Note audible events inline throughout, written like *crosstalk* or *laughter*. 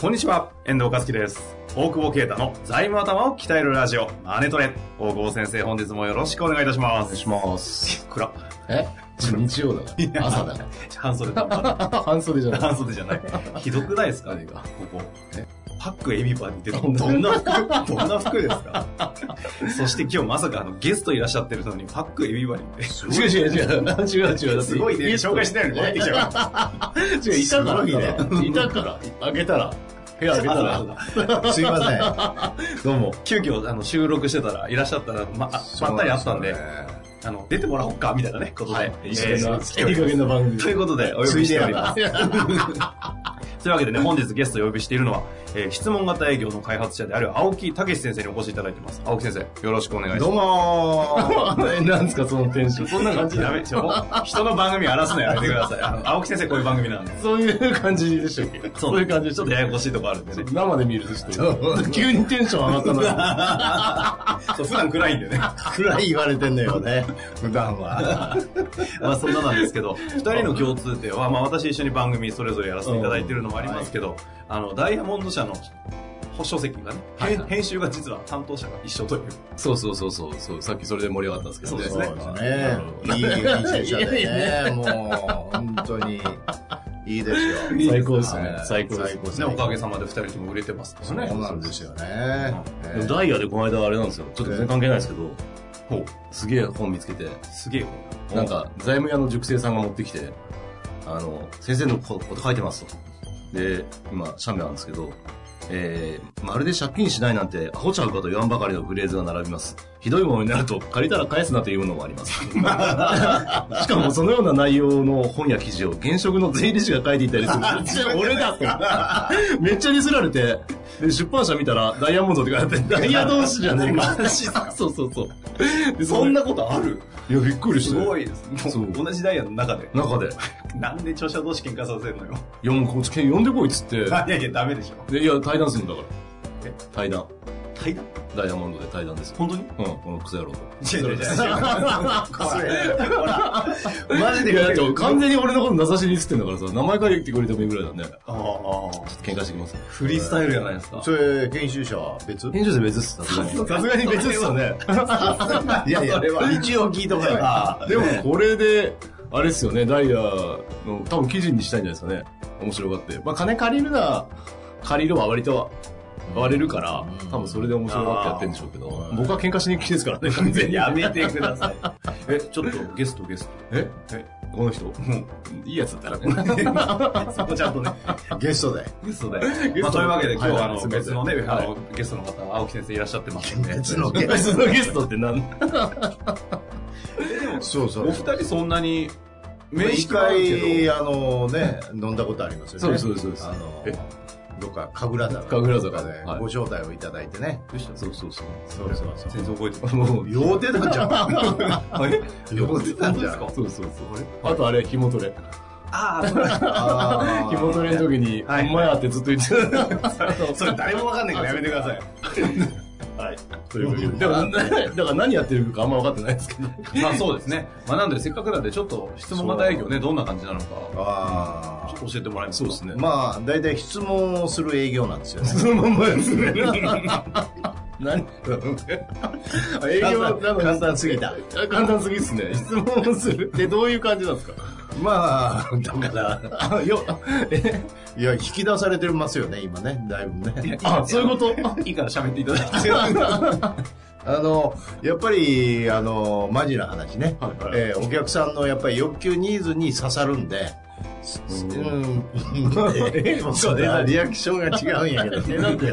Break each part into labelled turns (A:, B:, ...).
A: こんにちは、遠藤和樹です。大久保啓太の財務頭を鍛えるラジオ、マネトレ。大久保先生、本日もよろしくお願いいたしま
B: お願い
A: す。
B: します。
A: 暗っ。
B: え日曜だから。朝だか
A: 半袖だ。
B: ら。半袖じゃない。
A: 半袖じゃない。ひどくないですか
B: 何が
A: ここ
B: え。
A: パックエビバディってどどんな服、どんな服ですかそして今日まさかあのゲストいらっしゃってるのに、パックエビバディって。
B: 違う違う違う。違う違う。だって
A: すごいね。紹介しないのに持ってき
B: *laughs*
A: ちゃうから。
B: 違う、いたから
A: すごいね
B: だから。いたから。開けたら。部屋開けた
A: あ
B: ら。
A: す
B: *laughs*
A: いません。どうも。急遽あの収録してたらいらっしゃったら、まあばったりあったんで、あの、出てもらおうか、みたいなね、ことで。えー
B: 一緒な、
A: 来てお
B: いい
A: りま
B: 加
A: す
B: 減な番組。
A: ということで、お呼びしております。
B: ついでやな
A: というわけでね、本日ゲストをお呼びしているのは、えー質問型営業の開発者である青木武先生にお越しいただいてます。青木先生、よろしくお願いし
B: ど
A: ま
B: うもー。 *laughs* えなんですか、そのテンション。
A: す。そんな感じダメでしょ *laughs* 人の番組荒らすのやめてください。あの青木先生こういう番組なんで。
B: そういう感じでしたっけそういう感じで
A: ち
B: し
A: ょ
B: ょ
A: っとややこしいとこあるんでね。
B: 生で見るとちょっと、急にテンション上がったな。 *laughs*
A: そう、普段暗いんでね。
C: 暗い言われてんのよね、普段は。
A: まあそんななんですけど、二人の共通点 *laughs* は、まあ私一緒に番組それぞれやらせていただいてるのもありますけど、あの、ダイヤモンド社の書籍がね、
B: はいはい
A: 編集が実は担当者が一緒という。
B: そうそうそうそうそう。さっきそれで盛り上がったんですけどね。
A: そう
C: そう
A: ですね
C: ですね。いい編集者
B: いやい
C: でね、もう、本当に、いいですよ。
B: 最高ですね
C: は。い
B: 最高です。
A: ね、おかげさまで二人とも売れてますからね。
C: そうなんですよね。
D: でもダイヤでこの間あれなんですよ。ちょっと全然関係ないですけど、
A: ほう
D: すげえ本見つけて、
A: すげえよ。
D: なんか財務屋の塾生さんが持ってきて、あの、先生のことこと書いてますと。で、今、写メなんですけど、えー、まるで借金しないなんてアホちゃうかと言わんばかりのフレーズが並びます。ひどいものになると借りたら返すなというのもあります。 *laughs* しかもそのような内容の本や記事を現職の税理士が書いていたりする。 *laughs* 俺だと。 *laughs* めっちゃディスられて、で出版社見たらダイヤモンドって書いてあって、ダイヤ同士じゃねえか。そうそうそう。
A: *laughs*
D: で
A: そんなことある
D: いや、びっくりし
A: す
D: て。
A: ごいです。もう
D: そう
A: 同じダイヤの中で。
D: 中で、
A: なんで著者同士喧嘩させるのよ。
D: いや、もうこっち呼んでこいっつって、
A: いやいや、ダメでしょ。
D: でいや、対談するんだから
A: え。
D: 対談。
A: 対談
D: ダイヤモンドで対談ですよ。
A: 本当に
D: うん、このクソ野郎と。
A: 違う違う違う。 *laughs* ほら、マジ
D: い
A: で
D: や、だって完全に俺のこと名指しに言ってんだからさ、名前から言ってくれてもいいぐらいだね。ちょ
A: ああ、
D: っと喧嘩してきます。
A: フリースタイルじゃないですか。
C: それ、編集者は別
D: 編集者別っす、さすがに。
A: さすがに別ですよね。
C: いやいや、一応聞いとかよ。
D: でもこれで、あれっすよね、ダイヤの多分記事にしたいんじゃないですかね。面白がって。まあ金借りるな、借りるは割と割れるから、多分それで面白がってやってんでしょうけど、僕は喧嘩しに来てですからね、完全に。
A: やめてください。 *laughs* え、ちょっとゲストゲスト。
D: え
A: え
D: この人いいやつだったらね。
A: そこちゃんとね、
C: ゲストで。
A: ゲストで。まあ、というわけで今日はあの別のね、あのゲストの方、青木先生いらっしゃってますんで。
C: 別のゲス
D: 別のゲストってなん
C: ト。そうそ
A: お二
C: う。
A: 人そんなに、名
C: 一
A: 刺はあるけ
C: 回、あのね、飲んだことありますよね。
D: そうです、そうです、そうです
C: あ。の
D: え、
C: どっか、神楽坂。
D: 神楽坂
C: で
D: ではい
C: ご招待をいただいてね。
D: そうそうそう。
C: そうそう
A: ど、
C: そ
A: 全然覚えて
D: あの、
C: う。よう出たじゃん。よう出たじゃん。
D: そうそうそう。あとあれ、紐トレ。
A: *laughs* ああ、それ、
C: あ
D: 紐トレの時に、お
A: はい
D: 前やってずっと言ってた。
A: それ誰もわかんないからやめてください。
D: というわけで。でも、なだから何やってるかあんま分かってないですけど。
A: *laughs* まあそうですね。まあなんでせっかくなんでちょっと質問型営業ね、どんな感じなのか、
C: あー
A: ちょっと教えてもらいます
D: そうですね。
C: まあ、大体質問をする営業なんですよね。
D: そのまんまですね。何 *laughs* 営業な
C: 簡単
D: の
C: 簡単すぎた。
D: 簡単すぎですね。質問をする。で、どういう感じなんですか
C: *laughs* まあ、だから、 *laughs*
D: あ、よ、え、
C: いや、引き出されてますよね、今ね、だいぶ *laughs* ね。
D: あ、そういうこと
A: *laughs* いいから喋っていただいて。
C: あの、やっぱり、あの、マジな話ね。えーお客さんのやっぱり欲求ニーズに刺さるんで、うん。 *laughs* そうね、リアクションが違うんやけど。 *laughs* え、なんで *laughs* や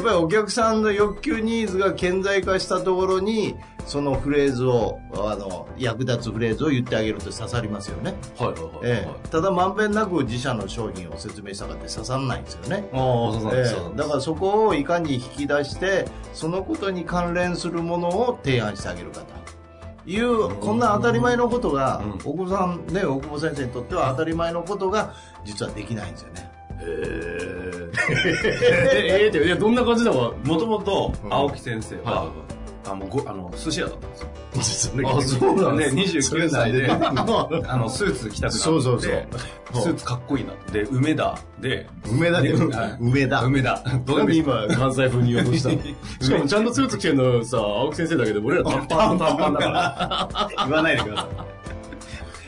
C: っぱりお客さんの欲求ニーズが顕在化したところに、そのフレーズを、あの、役立つフレーズを言ってあげると刺さりますよね。
D: はいはいはい
C: ええ、ただまんべんなく自社の商品を説明したかって刺さらないんですよね。
D: ああ、そうなん
C: え
D: で
C: え
D: す。そうなんで
C: だ
D: す
C: からそこをいかに引き出してそのことに関連するものを提案してあげるかというこんな当たり前のことが、お子さんね大久保先生にとっては当たり前のことが実はできないんですよ
D: *laughs*
C: ね
D: ええって、いや、どんな感じだか。
A: もともと青木先生
D: はい
A: は、あのごあの寿司屋だったんですよ。
C: あそうなんです
A: ね29歳で、 *laughs* あのスーツ着たくなって、
C: そうそうそう
A: スーツかっこいいなって。で、梅田で、
C: 梅田で梅田
A: 梅田。ど
D: なん
A: う
D: で
A: で
D: 今、関西風に言おうとしたの *laughs* しかも、ちゃんとスーツ着てるのさ、青木先生だけど、俺ら短パン短パンだから。
A: *laughs* 言わないでください。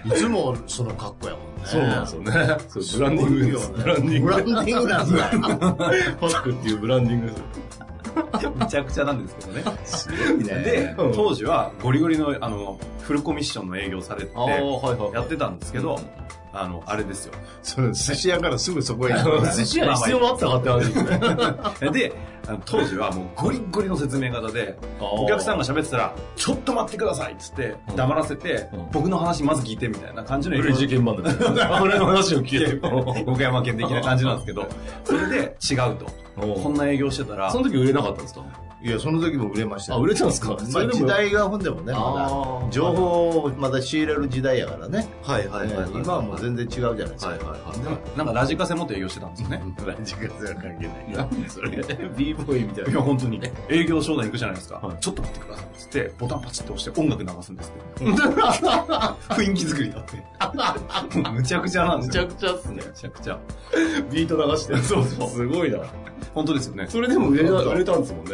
C: いつもその格好やもんね
D: そうなんですよね。そう、ブランディングです。ブランディン
C: ブ
D: グ。
C: ランディングなんだ
D: パックっていうブランディングです。
A: めちゃくちゃなんですけどね。で
C: ね、
A: 当時はゴリゴリのあのフルコミッションの営業されて
D: はいは
A: やってたんですけど、あの、あれですよ。
C: その寿司屋からすぐそこへ
D: *laughs* 寿司屋に必要あったかって話です *laughs* ね。
A: で、あの当時はもうゴリッゴリの説明方で、お
D: お
A: 客さん
D: が。
A: が喋ってたら、ちょっと待ってくださいっつって
D: う、ん
A: 黙らせて
D: うん、
A: 僕の話まず聞いてみたいな感じの営
D: ブ
A: 業
D: レイジ現場だ俺の話を聞いて。
A: *laughs* 岡山県的な感じなんです *laughs* けど、それで違うと。こんな営業してたら、
D: その時売れなかったんですか
C: いやその時も売れました
D: あ、
C: よ
D: 売れたんですか
C: まあ、時代が本でもね、
D: あ
C: ま
D: ー
C: だ情報をまだ仕入れる時代やからね、
E: はいはいはいはい。
C: 今はもう全然違うじゃないですか、
E: はいはいはい。
A: なんかラジカセ持って営業してたんですよね。
C: ラジカセは関係ない
D: それ。
C: b ボーイみたい
A: いや、本当に。営業商談行くじゃないですか。
D: はい
A: ちょっと待ってください。つって、ボタンパチって押して音楽流すんです *laughs* って。雰囲気作りだって。もうむちゃくちゃなんですよ。
D: くちゃっすね。
A: むちゃくちゃ。
D: ビート流して。そうそう。すごいな。
A: 本当ですよね。
D: それでも売れた売れたんですもんね。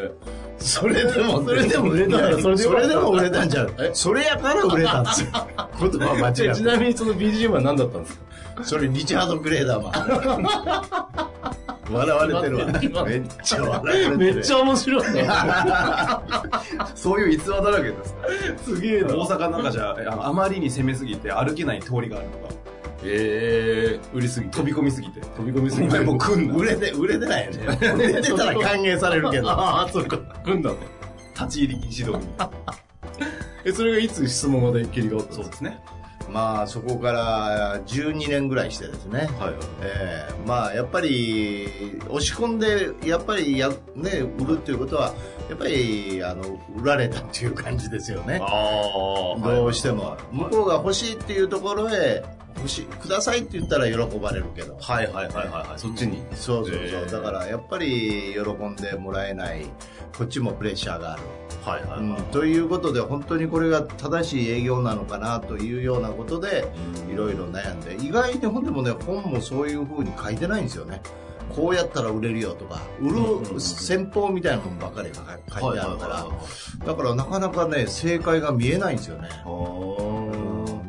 C: それでも
D: それでも売れたから
C: それ
D: それ
C: で
D: で
C: も
D: も
C: 売れたんじゃんそれやから売れたんです
D: *laughs*
C: よ言葉は
D: じ
C: 間違
D: ゃあち
C: え
D: なみにその BGM は何だったんですか
C: たそれリチャード・グレーダーマン笑われてるわめっちゃ笑われてる
D: めっち
C: ゃ
D: ゃ面白いな。
A: そういう逸話だらけです。
D: すげえ
A: 大阪なんかじゃ、あのあまりに攻めすぎて歩けない通りがあるとか、
D: えー、売りすぎて。
A: 飛び込みすぎて。
D: 飛び込みす
A: お
D: ぎて。
A: 前もう来んな。
C: 売れて売れてないよね売れてたら歓迎されるけど
D: ああ、そうか。来んだと。
A: 立ち入り禁止道義。
D: え、それがいつ質問までっきりがあったん
A: そう
D: です
A: で
D: か
A: すね。
C: まあそこから12年ぐらいしてですね、
D: はいはい。
C: ええまあやっぱり押し込んでやっぱりや、ね、売るっていうことはやっぱりあの売られたっていう感じですよね
D: ああ、
C: どうしても向こうが欲しいっていうところへ欲しいくださいって言ったら喜ばれるけど
D: はいはいはいはいはい。そっちに。
C: そうそうそう、
D: へえ
C: だからやっぱり喜んでもらえないこっちもプレッシャーがある、
D: はいはい
C: うん
D: はい。
C: ということで本当にこれが正しい営業なのかなというようなことでいろいろ悩んで意外に本でもね本もそういう風に書いてないんですよねこうやったら売れるよとか売る戦法みたいなものばかりが書書いてあるからだからなかなかね正解が見えないんですよねうん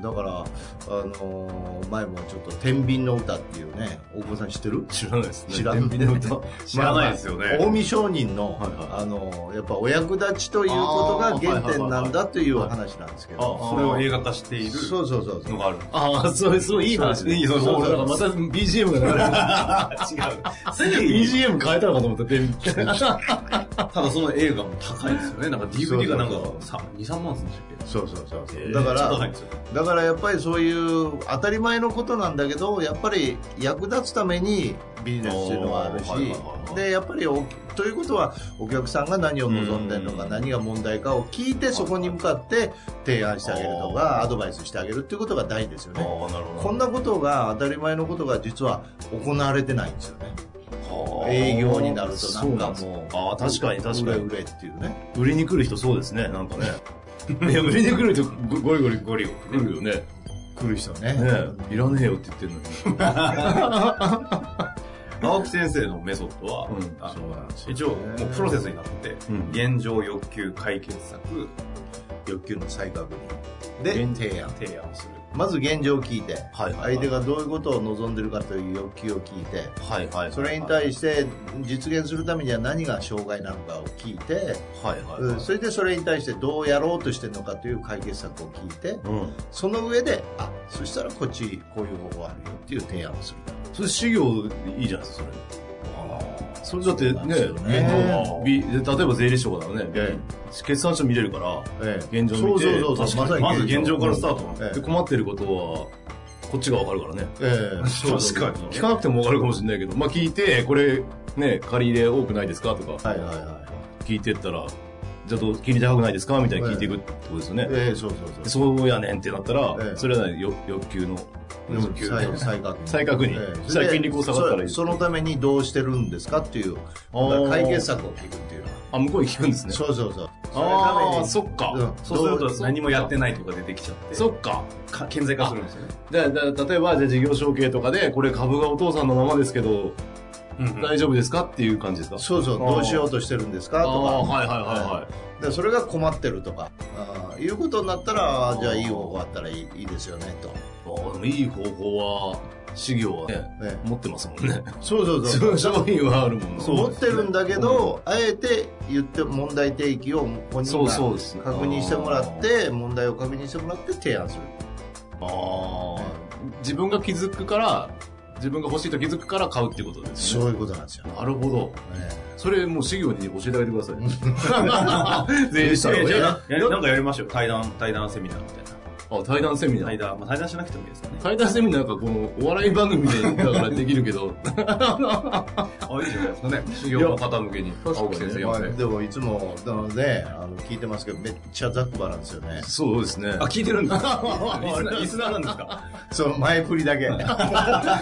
C: だから、あのー前もちょっと「天秤の歌」っていうね大久保さん知ってる
D: 知らないですね。
C: 知ら
D: ない。
C: んの歌
A: 知らないですよね
C: 近江商人の、
D: はいはい
C: あのーやっぱお役立ちということが原点なんだという話なんですけど、
A: それを映画化している
C: そうそうそうそう
A: のがある。
D: ああ、そう、すごいいい話ね。
A: いいそうそうそう
D: 俺なんかまた BGM が流れてる。違う。BGM 変えたのかと思った。電気
A: ただその映画も高いですよね。なんか DVD がなんかさ2、3万するんでしたっけ
C: そうそうそうそう、
D: えー
C: だか
A: めっちゃ高いん
C: ら
A: ですよ。
C: だからやっぱりそういう当たり前のことなんだけどやっぱり役立つためにビジネスっていうのはあるし、
D: おーはいはいはいはい
C: でやっぱりおということはお客さんが何を望んでるのか
D: うん
C: 何が問題かを聞いてそこに向かって提案してあげるとかアドバイスしてあげるっていうことが大事ですよ
D: ああ、なる
C: ね
D: ほど。
C: こんなことが当たり前のことが実は行われてないんですよね営業になるとなんかもう
D: ああ、確かに確かに
C: 売。れ売れっていうね
D: 売りに来る人そうですね、なんかね。いや、売りに来る人ゴゴリゴリゴリ来るよね。
C: 来る人ね
D: ねえいらねえよって言ってるのに。
A: 青木先生のメソッドは、
D: うん
A: あ
C: そうなん
A: の
C: ですよね
A: 一応もうプロセスになってて、
D: うん
A: 現状欲求解決策
C: 欲求の再確認で
D: 現
C: 提案
A: 提案をする
C: まず現状を聞いて、
D: はいはいはい
C: 相手がどういうことを望んでるかという欲求を聞いて、
D: はいはいはい
C: それに対して実現するためには何が障害なのかを聞いて、
D: はいはい
C: うん
D: はい
C: それでそれに対してどうやろうとしてるのかという解決策を聞いて、
D: うん
C: その上で、あ、そしたらこっちこういう方法あるよっていう提案をする。
D: それ修行でいいじゃないですかそれそれだ
C: そうな
D: ってね
C: んですよね
D: みんなび例えば税理士とかだらね、決算書見れるから
C: ええ
D: 現状見
C: そ
D: て
C: うそうそうそう
D: 確かにま
C: ま
D: ず
C: さに
D: 現
C: 現
D: 状
C: 状
D: からスタート、
C: ええ
D: で困ってることはこっちが分かるからね
C: ええそうそう
A: 確かに
D: 聞かなくても分かるかもしれないけど、まあ、聞いてこれね借り入れ多くないですかとか
C: はいはいはい。
D: 聞いてったらじゃあどう金利高くないですかみたいな聞いていくってことですよね、
C: ええそうそう
D: で
C: そ
D: そうやねんってなったら、
C: ええ
D: それは、ね、欲欲求の
C: う。
D: 欲求
C: 再再確認。
D: 再確認
C: ええ
D: したら金利こう下がったらいい
C: そそのためにどうしてるんですかっていう、だから解決策を聞くっていうのは。
D: あ向こうに聞くんですね
C: そうそうそう。そのため
D: ああ
C: に
D: そっか、
C: うん
A: そうする
D: ど
A: と何もやってないとか出てきちゃって、
D: そっか
A: か顕在化するんですよね。
D: じゃあ、だ例えば、じゃあ事業承継とかで、これ株がお父さんのままですけど、
A: うんうん
D: 大丈夫ですかっていう感じですか
C: そうそう、
D: あー
C: どうしようとしてるんですか
D: あ
C: と
D: あ、
C: か、
D: はいはいはいはい。
C: でそれが困ってるとか、あーいうことになったら、あーじゃあいい方法あったらいいいいですよね、と。
D: ああ、でもいい方法は、資料はね、
C: え
D: 持ってますもんね。
C: えそうそう
D: *laughs* そ
C: そう
D: の。商品はあるもんな
C: 持ってるんだけど、あえて言って問題提起を本人
D: そう
C: が
D: そうですね。
C: 確認してもらって、問題を確認してもらって提案する。
D: あー。あー自分が気づくから、自分が欲しいと気づくから買うっていうことですね。
C: そういうことなん *laughs* ですよ。
D: なるほど。
C: え
D: それもう資料に教えてあげてください。税理士さん
A: えじ
D: の
A: ゃあやなんかやりましょう。対談、対談セミナーみたいな。
D: あ、対談セミナー
A: 対。談、まあ、対談しなくてもいいですかね。
D: 対談セミナーなんかこのお笑い番組でだからできるけど、
A: あ、いいじゃないですかね。
D: 修行の方向けに、
B: 確かに
D: 青木先生
C: え
D: や
C: ま
D: っ
C: あ、
D: て。
C: でもいつも、あのね、あの聞いてますけど、めっちゃザクバなんですよね。
D: そうですね *laughs*
A: あ、。聞いてるんですかリスナーリスナーなんです *laughs* か
C: *laughs* その前振り *laughs* だけ。だ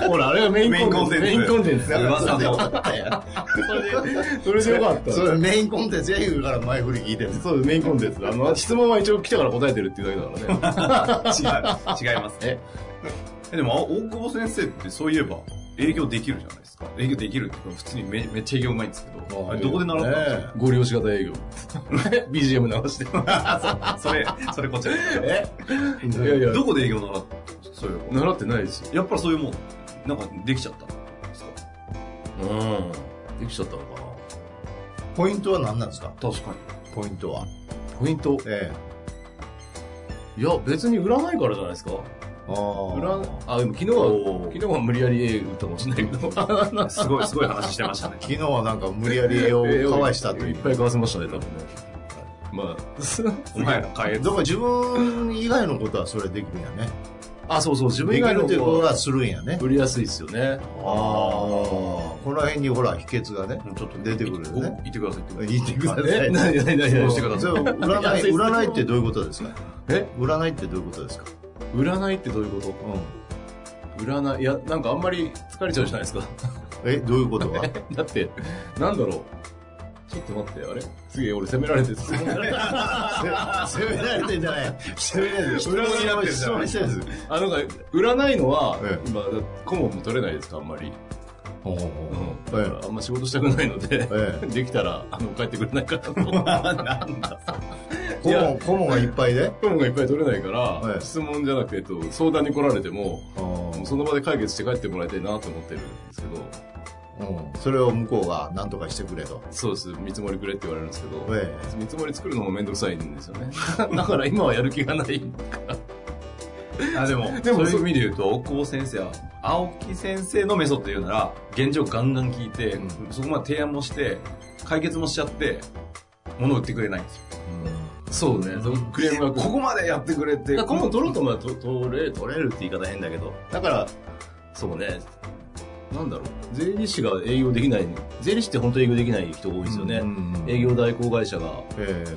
D: ほら、あれがメインコンテンツ。
A: メインコン
D: テンツ
C: から
A: *laughs* 噂の
D: それでよかった。
C: それメインコンテンツや言うから前振り聞いてる。
D: そう、メインコンテンツ。あの、質問は一応来たから答えてるっていうだけだ *laughs* からね。
A: *laughs* 違う。違います
D: え
A: ね。え、でも、大久保先生ってそういえば、営業できるじゃないですか。営業できるっていうか、普通にめめっちゃ営業うまいんですけど、あれどこで習ったんです
C: ね
D: ご利用し方 *laughs* 営業。BGM 流して。
A: かそれ、それこっちらです *laughs*
D: えいやいや、
A: どこで営業習ったんですかそういう
D: 習ってないですよ。
A: やっぱりそういうもん、なんかできちゃったんですか
D: うん。できちゃったのか
C: ポイントは何なんですか
A: 確かに。
C: ポイントは。
D: な。ポイント。
C: ええ。
D: いや、別に売らないからじゃないですか。
C: あー
D: 売らあ、でも昨日は、昨日は無理やり A 売ったかもしれないけど。
A: すごい、すごい話してましたね。 *laughs*
C: 昨日はなんか無理やり絵をかわしたとい
D: いっ
C: う。
D: ぱい買わせましたね、多分ね。まあ、
A: お前ら買え
C: だから自分以外のことはそれできるんやね。
D: あ、そうそう、自分
C: でき
D: 以外
C: る
D: の
C: ということ
D: は
C: はするんやね。
D: 売りやすいですよ
C: あ
D: ね。
C: あ。この辺にほら、秘訣がね、
A: ちょっと
C: 出てくるよね。
A: 言ってくださいって
C: 言ってくださ
D: え
C: い。
D: 何何何何してください。
C: そう占い、占いってどういうことですか
D: え
C: 占いってどういうことですか
D: 占いってどういうこ
C: う
D: と占い、いや、なんかあんまり疲れちゃうじゃないですか。
C: ん。え、どういうことが
D: だって、なんだろう。ちょっと待って、あれすげえ俺責められてる。
C: せ責められてんじゃない。責められてる。
A: 人になってんじゃない
C: 質問してるんです
D: あ、なんか、占いのは
C: え、
D: 今、顧問も取れないですか、あんまり。
C: ほうほう
D: う。
C: ほうんええ
D: だからあんま仕事したくないので、
C: え
D: *laughs* できたら、あの、帰ってくれないか *laughs* なと。
C: え。顧問、顧問がいっぱいで。
D: 顧問がいっぱい取れないから、
C: はい
D: 質問じゃなくて、えっと、相談に来られても、
C: あ
D: もう
C: ー
D: その場で解決して帰ってもらいたいなと思ってるんですけど、
C: うん。それを向こうが何とかしてくれと。
D: そうです、見積もりくれって言われるんですけど、
C: ええ。
D: 見積もり作るのもめんどくさいんですよね。 *laughs* だから今はやる気がない。
A: あ、 *laughs* でも、
D: でも
A: そういう意味で言うと、大久保先生は、青木先生のメソッドで言うなら、現状ガンガン聞いて、
C: う
A: そこまで提案もして、解決もしちゃって、物を売ってくれないんですよ。
D: そうね、そうクレームが
A: こ
D: ここ
A: こまでやってくれて、
D: だから顧問取ろうと思えばと取れ、取れるって言い方変だけど、だから、そうね、なんだろう、税理士が営業できない、税理士って本当営業できない人多いですよね。営業代行会社が
C: ええ。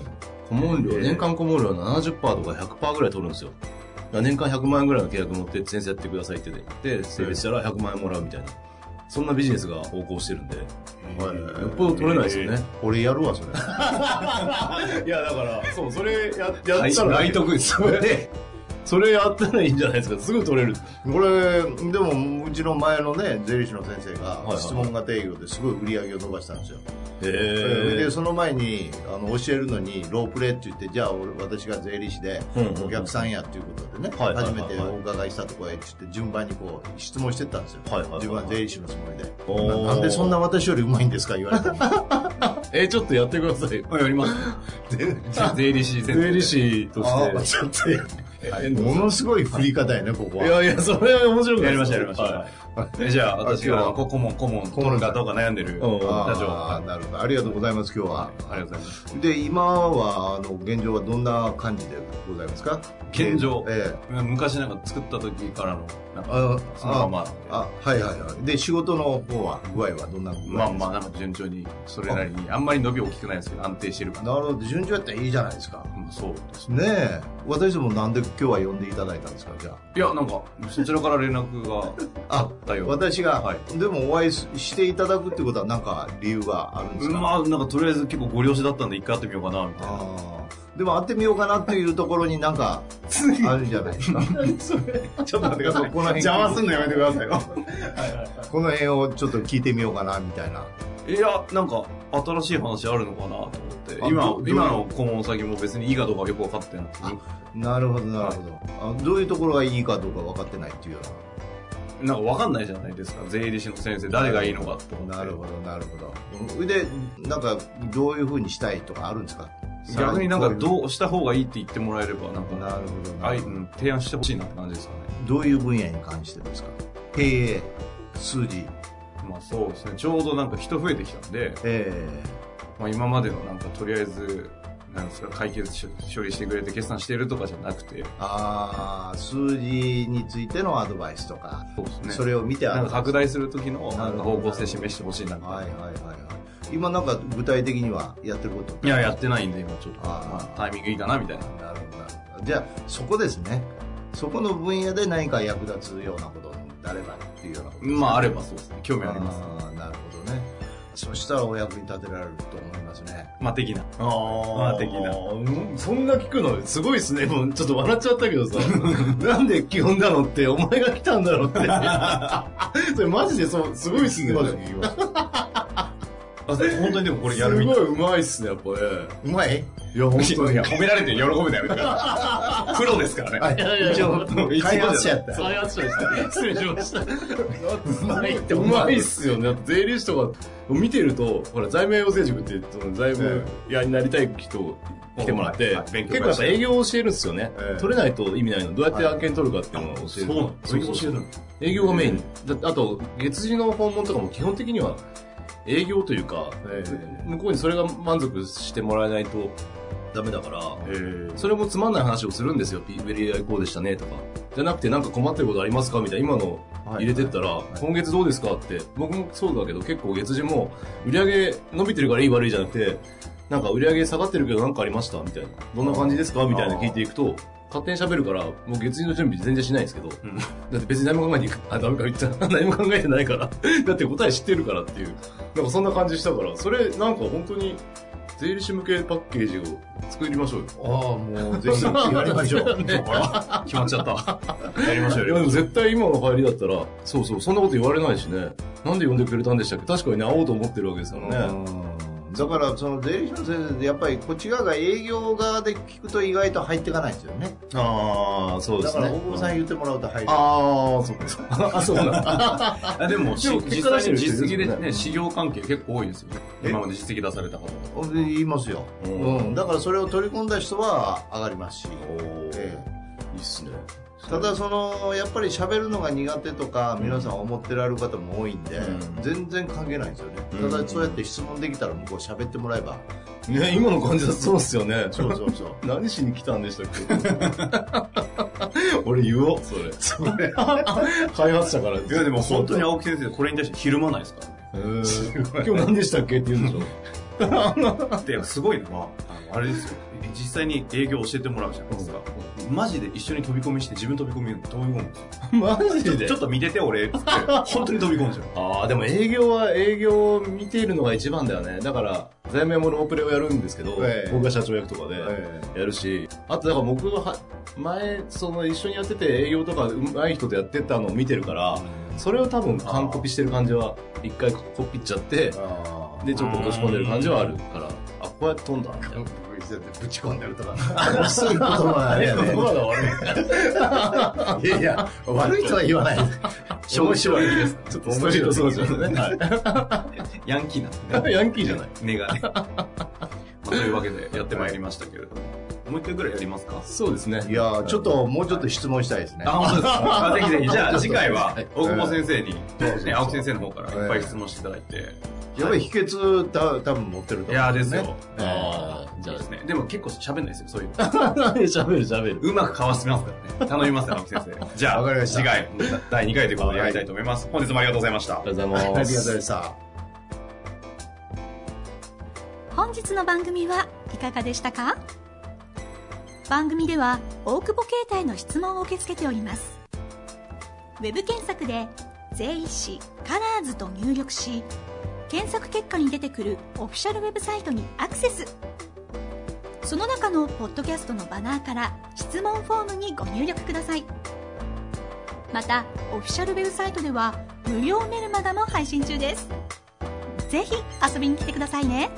D: 顧問料、年間顧問料70%とか100%ぐらい取るんですよ。だから年間100万円ぐらいの契約持って先生やってくださいって言って、で性別したら100万円もらうみたいな。そんなビジネスが横行してるんで、よ
C: はい
D: っぽど取れないですよね。
C: 俺やるわ、それ。
D: いや、だから、そう、それや、や
A: はい、
D: ったら、 *laughs*
A: ライトグッズ。で、
D: それやったらいいんじゃないですか。すぐ取れる。
C: これでもうちの前のね税理士の先生が
D: いはい
C: 質問型営業ですごい売り上げを伸ばしたんですよ、
D: へ
C: でその前にあの教えるのにロープレーって言ってじゃあ俺私が税理士で
D: うんうんうん
C: お客さんやっていうことでね、
D: はいはいはいはい
C: 初めてお伺いしたとこへって言って順番にこう質問してったんですよ、
D: はいはいはい
C: 自分は税理士のつもりで
D: おー
C: ななんでそんな私よりうまいんですか言われて
D: えー、ちょっとやってくださいよ。
A: あやります。
D: *laughs*
A: 税理士
D: 税
A: 先生。
D: 理士として。
C: ちょっとや *laughs* ものすごい振り方やねここ
D: い
C: は
D: やいや、それは面白く
A: やりました、やりました。
D: は
A: えじゃあ、私がこ顧問、顧問、取るかどうか悩んでる。
D: う
A: 社
D: ん
A: 長。
C: あ
A: は
C: ーなるほどありがとうございます今日はい
A: ありがとうございます。
C: で今はあの現状はどんな感じでございますか
A: 現状
C: ええ
A: 昔なんか作った時からの、なんか、
C: あ
A: そのま
C: あ
A: ま。
C: あはいはいはいで仕事の方は具合はどんな具合ですか
A: まあまあ、なんか順調に、それなりに、あんまり伸び大きくないですけど、安定してるかな。
C: なるほど順調やったらいいじゃないですか
A: うんそう。
C: ねえ私どもなんで今日は呼んでいただいたんですかじゃ
A: いや、なんか、そちらから連絡があった
C: あ
A: よ。
C: 私が、
A: はい
C: でもお会いししていただくってことは何か理由があるんですか、
A: まあ、なんかとりあえず結構ご了承だったんで、一回会ってみようかな、みたいな。
C: あーでも会ってみようかなっていうところになんかあるじゃないです
A: *laughs*
C: か
D: い。ちょっと待ってください。
C: この辺
D: 邪魔すんのやめてくださいよ。
C: この辺をちょっと聞いてみようかなみたいない
A: や、なんか、新しい話あるのかなと思って。
C: あ
A: 今
C: ど、う
A: 今の顧問先も別にいいかどうかはよく分かってなくて、
C: なるほどなるほど、あどういうところがいいかどうか分かってないっていうよ
A: なんか分かんないじゃないですか。税理士の先生、誰がいいのかって思
C: う
A: って。
C: ななるほどなるほどうんでなんかどういうふうにしたいとかあるんですか
A: 逆になんか
C: う
A: どうした方がいいって言ってもらえれば、なんか、
C: なるほどな
A: あいうん提案してほしいなって感じですかね。
C: どういう分野に関してですか経営数字
A: まあそうですね。ちょうどなんか人増えてきたんで、
C: え
A: まあ今までのなんかとりあえず、なんですか、解決処処理してくれて決算してるとかじゃなくて
C: ー、、ああ数字についてのアドバイスとか、
A: そうですね。
C: それを見て
A: なんか
C: は
A: 拡大する時の
C: な
A: なん
C: るほど
A: か方向性示してほしいなみ
C: い
A: たいな
C: はいはいはい今なんか具体的にはやってること
A: いや、やってないんで、今ちょっと、
C: あー
A: まあタイミングいいかなみたいな。
C: なるほどなるほどじゃあそこですねそこの分野で何か役立つようなことになればっていうようなこと
A: まあ、あればそうですね。興味あります。
C: あーなるほどねそしたらお役に立てられると思いますね
A: まあ、的な。
D: あ
A: あ的な
D: うんそんな聞くのすごいですね。もうちょっと笑っちゃったけどさ。 *laughs* なんで基本なのって、お前が来たんだろうって。それマジでそう、すごいっすね。
C: 言います
A: あ、本当にでもこれや
D: す
A: る
D: ご
A: みたい。
D: いうまいっすね、やっぱね。
C: うまい
D: いや、本当
A: い
D: に。
A: や、褒められて喜ぶのやめてくださ *laughs* い。プロですからね。
C: あ一応開発者やった
D: 開発者でした。失礼しました。うまいって、うまいっすよね。税理士とか見てると、ほら、財務養成塾って、その財務屋になりたい人来てもらって、
A: はい勉強
D: 結構やっぱ営業を教えるんですよね
C: え。え
D: 取れないと意味ないの。どうやって案件取るかっていうのを教える。
A: そう教えるの
D: 営業がメイン、だあと月次の訪問とかも基本的には営業というか、
C: ええ
D: 向こうにそれが満足してもらえないとダメだから、
A: え
D: それもつまんない話をするんですよ「ピーベリーこうでしたね」とかじゃなくてなんか困ってることありますかみたいな今の入れてったら、今月どうですかって僕もそうだけど結構月次も売り上げ伸びてるからいい悪いじゃなくてなんか売り上げ下がってるけどなんかありましたみたいなどんな感じですかみたいな聞いていくと勝手に喋るから、もう月次の準備全然しないんですけど、
A: ん
D: *laughs* だって別に何も考えてい *laughs* く、あ、何も考えてない何も考えてないから、 *laughs* だって答え知ってるからっていう、なんかそんな感じしたから、それなんか本当に税理士向けパッケージを作りましょうよ。
C: ああもうぜひやり
A: *laughs*
C: ましょう
A: ー、決まっちゃった。 *laughs* やりましょう
D: いや
A: よ。
D: でも絶対今の入りだったら、そうそう、そんなこと言われないしね。なんで呼んでくれたんでしたっけ確かにね、会おうと思ってるわけですから
C: う
D: ね。
C: んだからその税理士の先生でやっぱりこっち側が営業側で聞くと意外と入っていかないんですよね
D: ああ、そう
C: だから大久保さん
D: あ
C: 言ってもらうと入る
D: あー、そうです。あ、そうなんだ。
A: あでも、し
D: でも
A: 実
D: 結果出
A: 際
D: して
A: に
D: る
A: 実績で
D: 人いるよね
A: ね、事業関係結構多いんですよ。
C: え
A: 今まで実績出された方とか。
C: 言いますよ、
D: う
C: うんんだからそれを取り込んだ人は上がりますし、え
D: いいっすね。
C: えただそのやっぱり喋るのが苦手とか皆さん思ってられる方も多いんで、
D: うん
C: 全然関係ないんですよね、
D: うん
C: ただそうやって質問できたら向こう喋ってもらえば、
D: ね、今の感じだとそうっすよ *laughs* ね。
C: そうそうそう
D: 何しに来たんでしたっけ *laughs* 俺言おう、それ。それ。 *laughs* 開発者から。
A: いや、でも本当に青木先生、これに対してひるまないですからね。
D: えー。今日何でしたっけって言うんでしょ。
A: だって、すごいのは、あのあれですよ。実際に営業教えてもらうじゃないですか。マジで一緒に飛び込みして自分飛び込み飛び込むんですよ。
D: *laughs* マ
A: ちょ
D: ジで
A: ちょっと見てて *laughs* 俺、つって、本当に飛び込んじゃう。
D: ああ、でも営業は営業を見ているのが一番だよね。だから、財務屋もロープレをやるんですけど、
C: ええ
D: 僕が社長役とかで
C: え
D: やるし、あとだから僕はは前、その一緒にやってて営業とか上手い人とやってたのを見てるから、それを多分完コピしてる感じは、一回コピっちゃって
C: え、ああ
D: で、ちょっと落とし込んでる感じはあるから、あ、こうやって飛んだみた
C: *laughs*
D: いな。
C: ぶち込んでると *laughs* か、そういう言葉はあれやね。いやいや、悪いとは言わない。 *laughs*
D: 正直悪いです。 *laughs* ちょっとストリートそうじゃね。
A: ヤンキーなんですね。 *laughs*
D: ヤンキーじゃない。
A: 根がね。まあというわけでやってまいりましたけれども、もう一回ぐらいやりますか
D: そうですね。
C: いや、ちょっと、もうちょっと質問したいですね。
A: あ、本当ですか。あぜひぜひ。じゃあ次回は、大久保先生に、
C: そうそう
A: ね、青木先生の方からいっぱい質問していただいて。
C: やっぱり秘訣、た多分持ってると思う。
A: いやーです。よ。
D: ああ、じ
A: じゃ
D: ゃあ
A: あで、すね。でも結構喋んないですよ、そういうの。
D: *laughs* 喋る喋る。
A: うまくかわしてますからね。頼みますよ、青木先生。じゃ
C: わかり
A: あ、
C: ました
A: 次回、第2回ということでやりたいと思います。本日もありがとうございました
D: あ。りがとうござ
C: あり
D: い
C: がと
D: ま
C: うござい
D: す。
C: ました。
F: 本日の番組はいかがでしたか番組では大久保携帯の質問を受け付けておりますウェブ検索で「税理士カラーズと入力し検索結果に出てくるオフィシャルウェブサイトにアクセスその中のポッドキャストのバナーから質問フォームにご入力くださいまたオフィシャルウェブサイトでは無料メルマガも配信中ですぜひ遊びに来てくださいね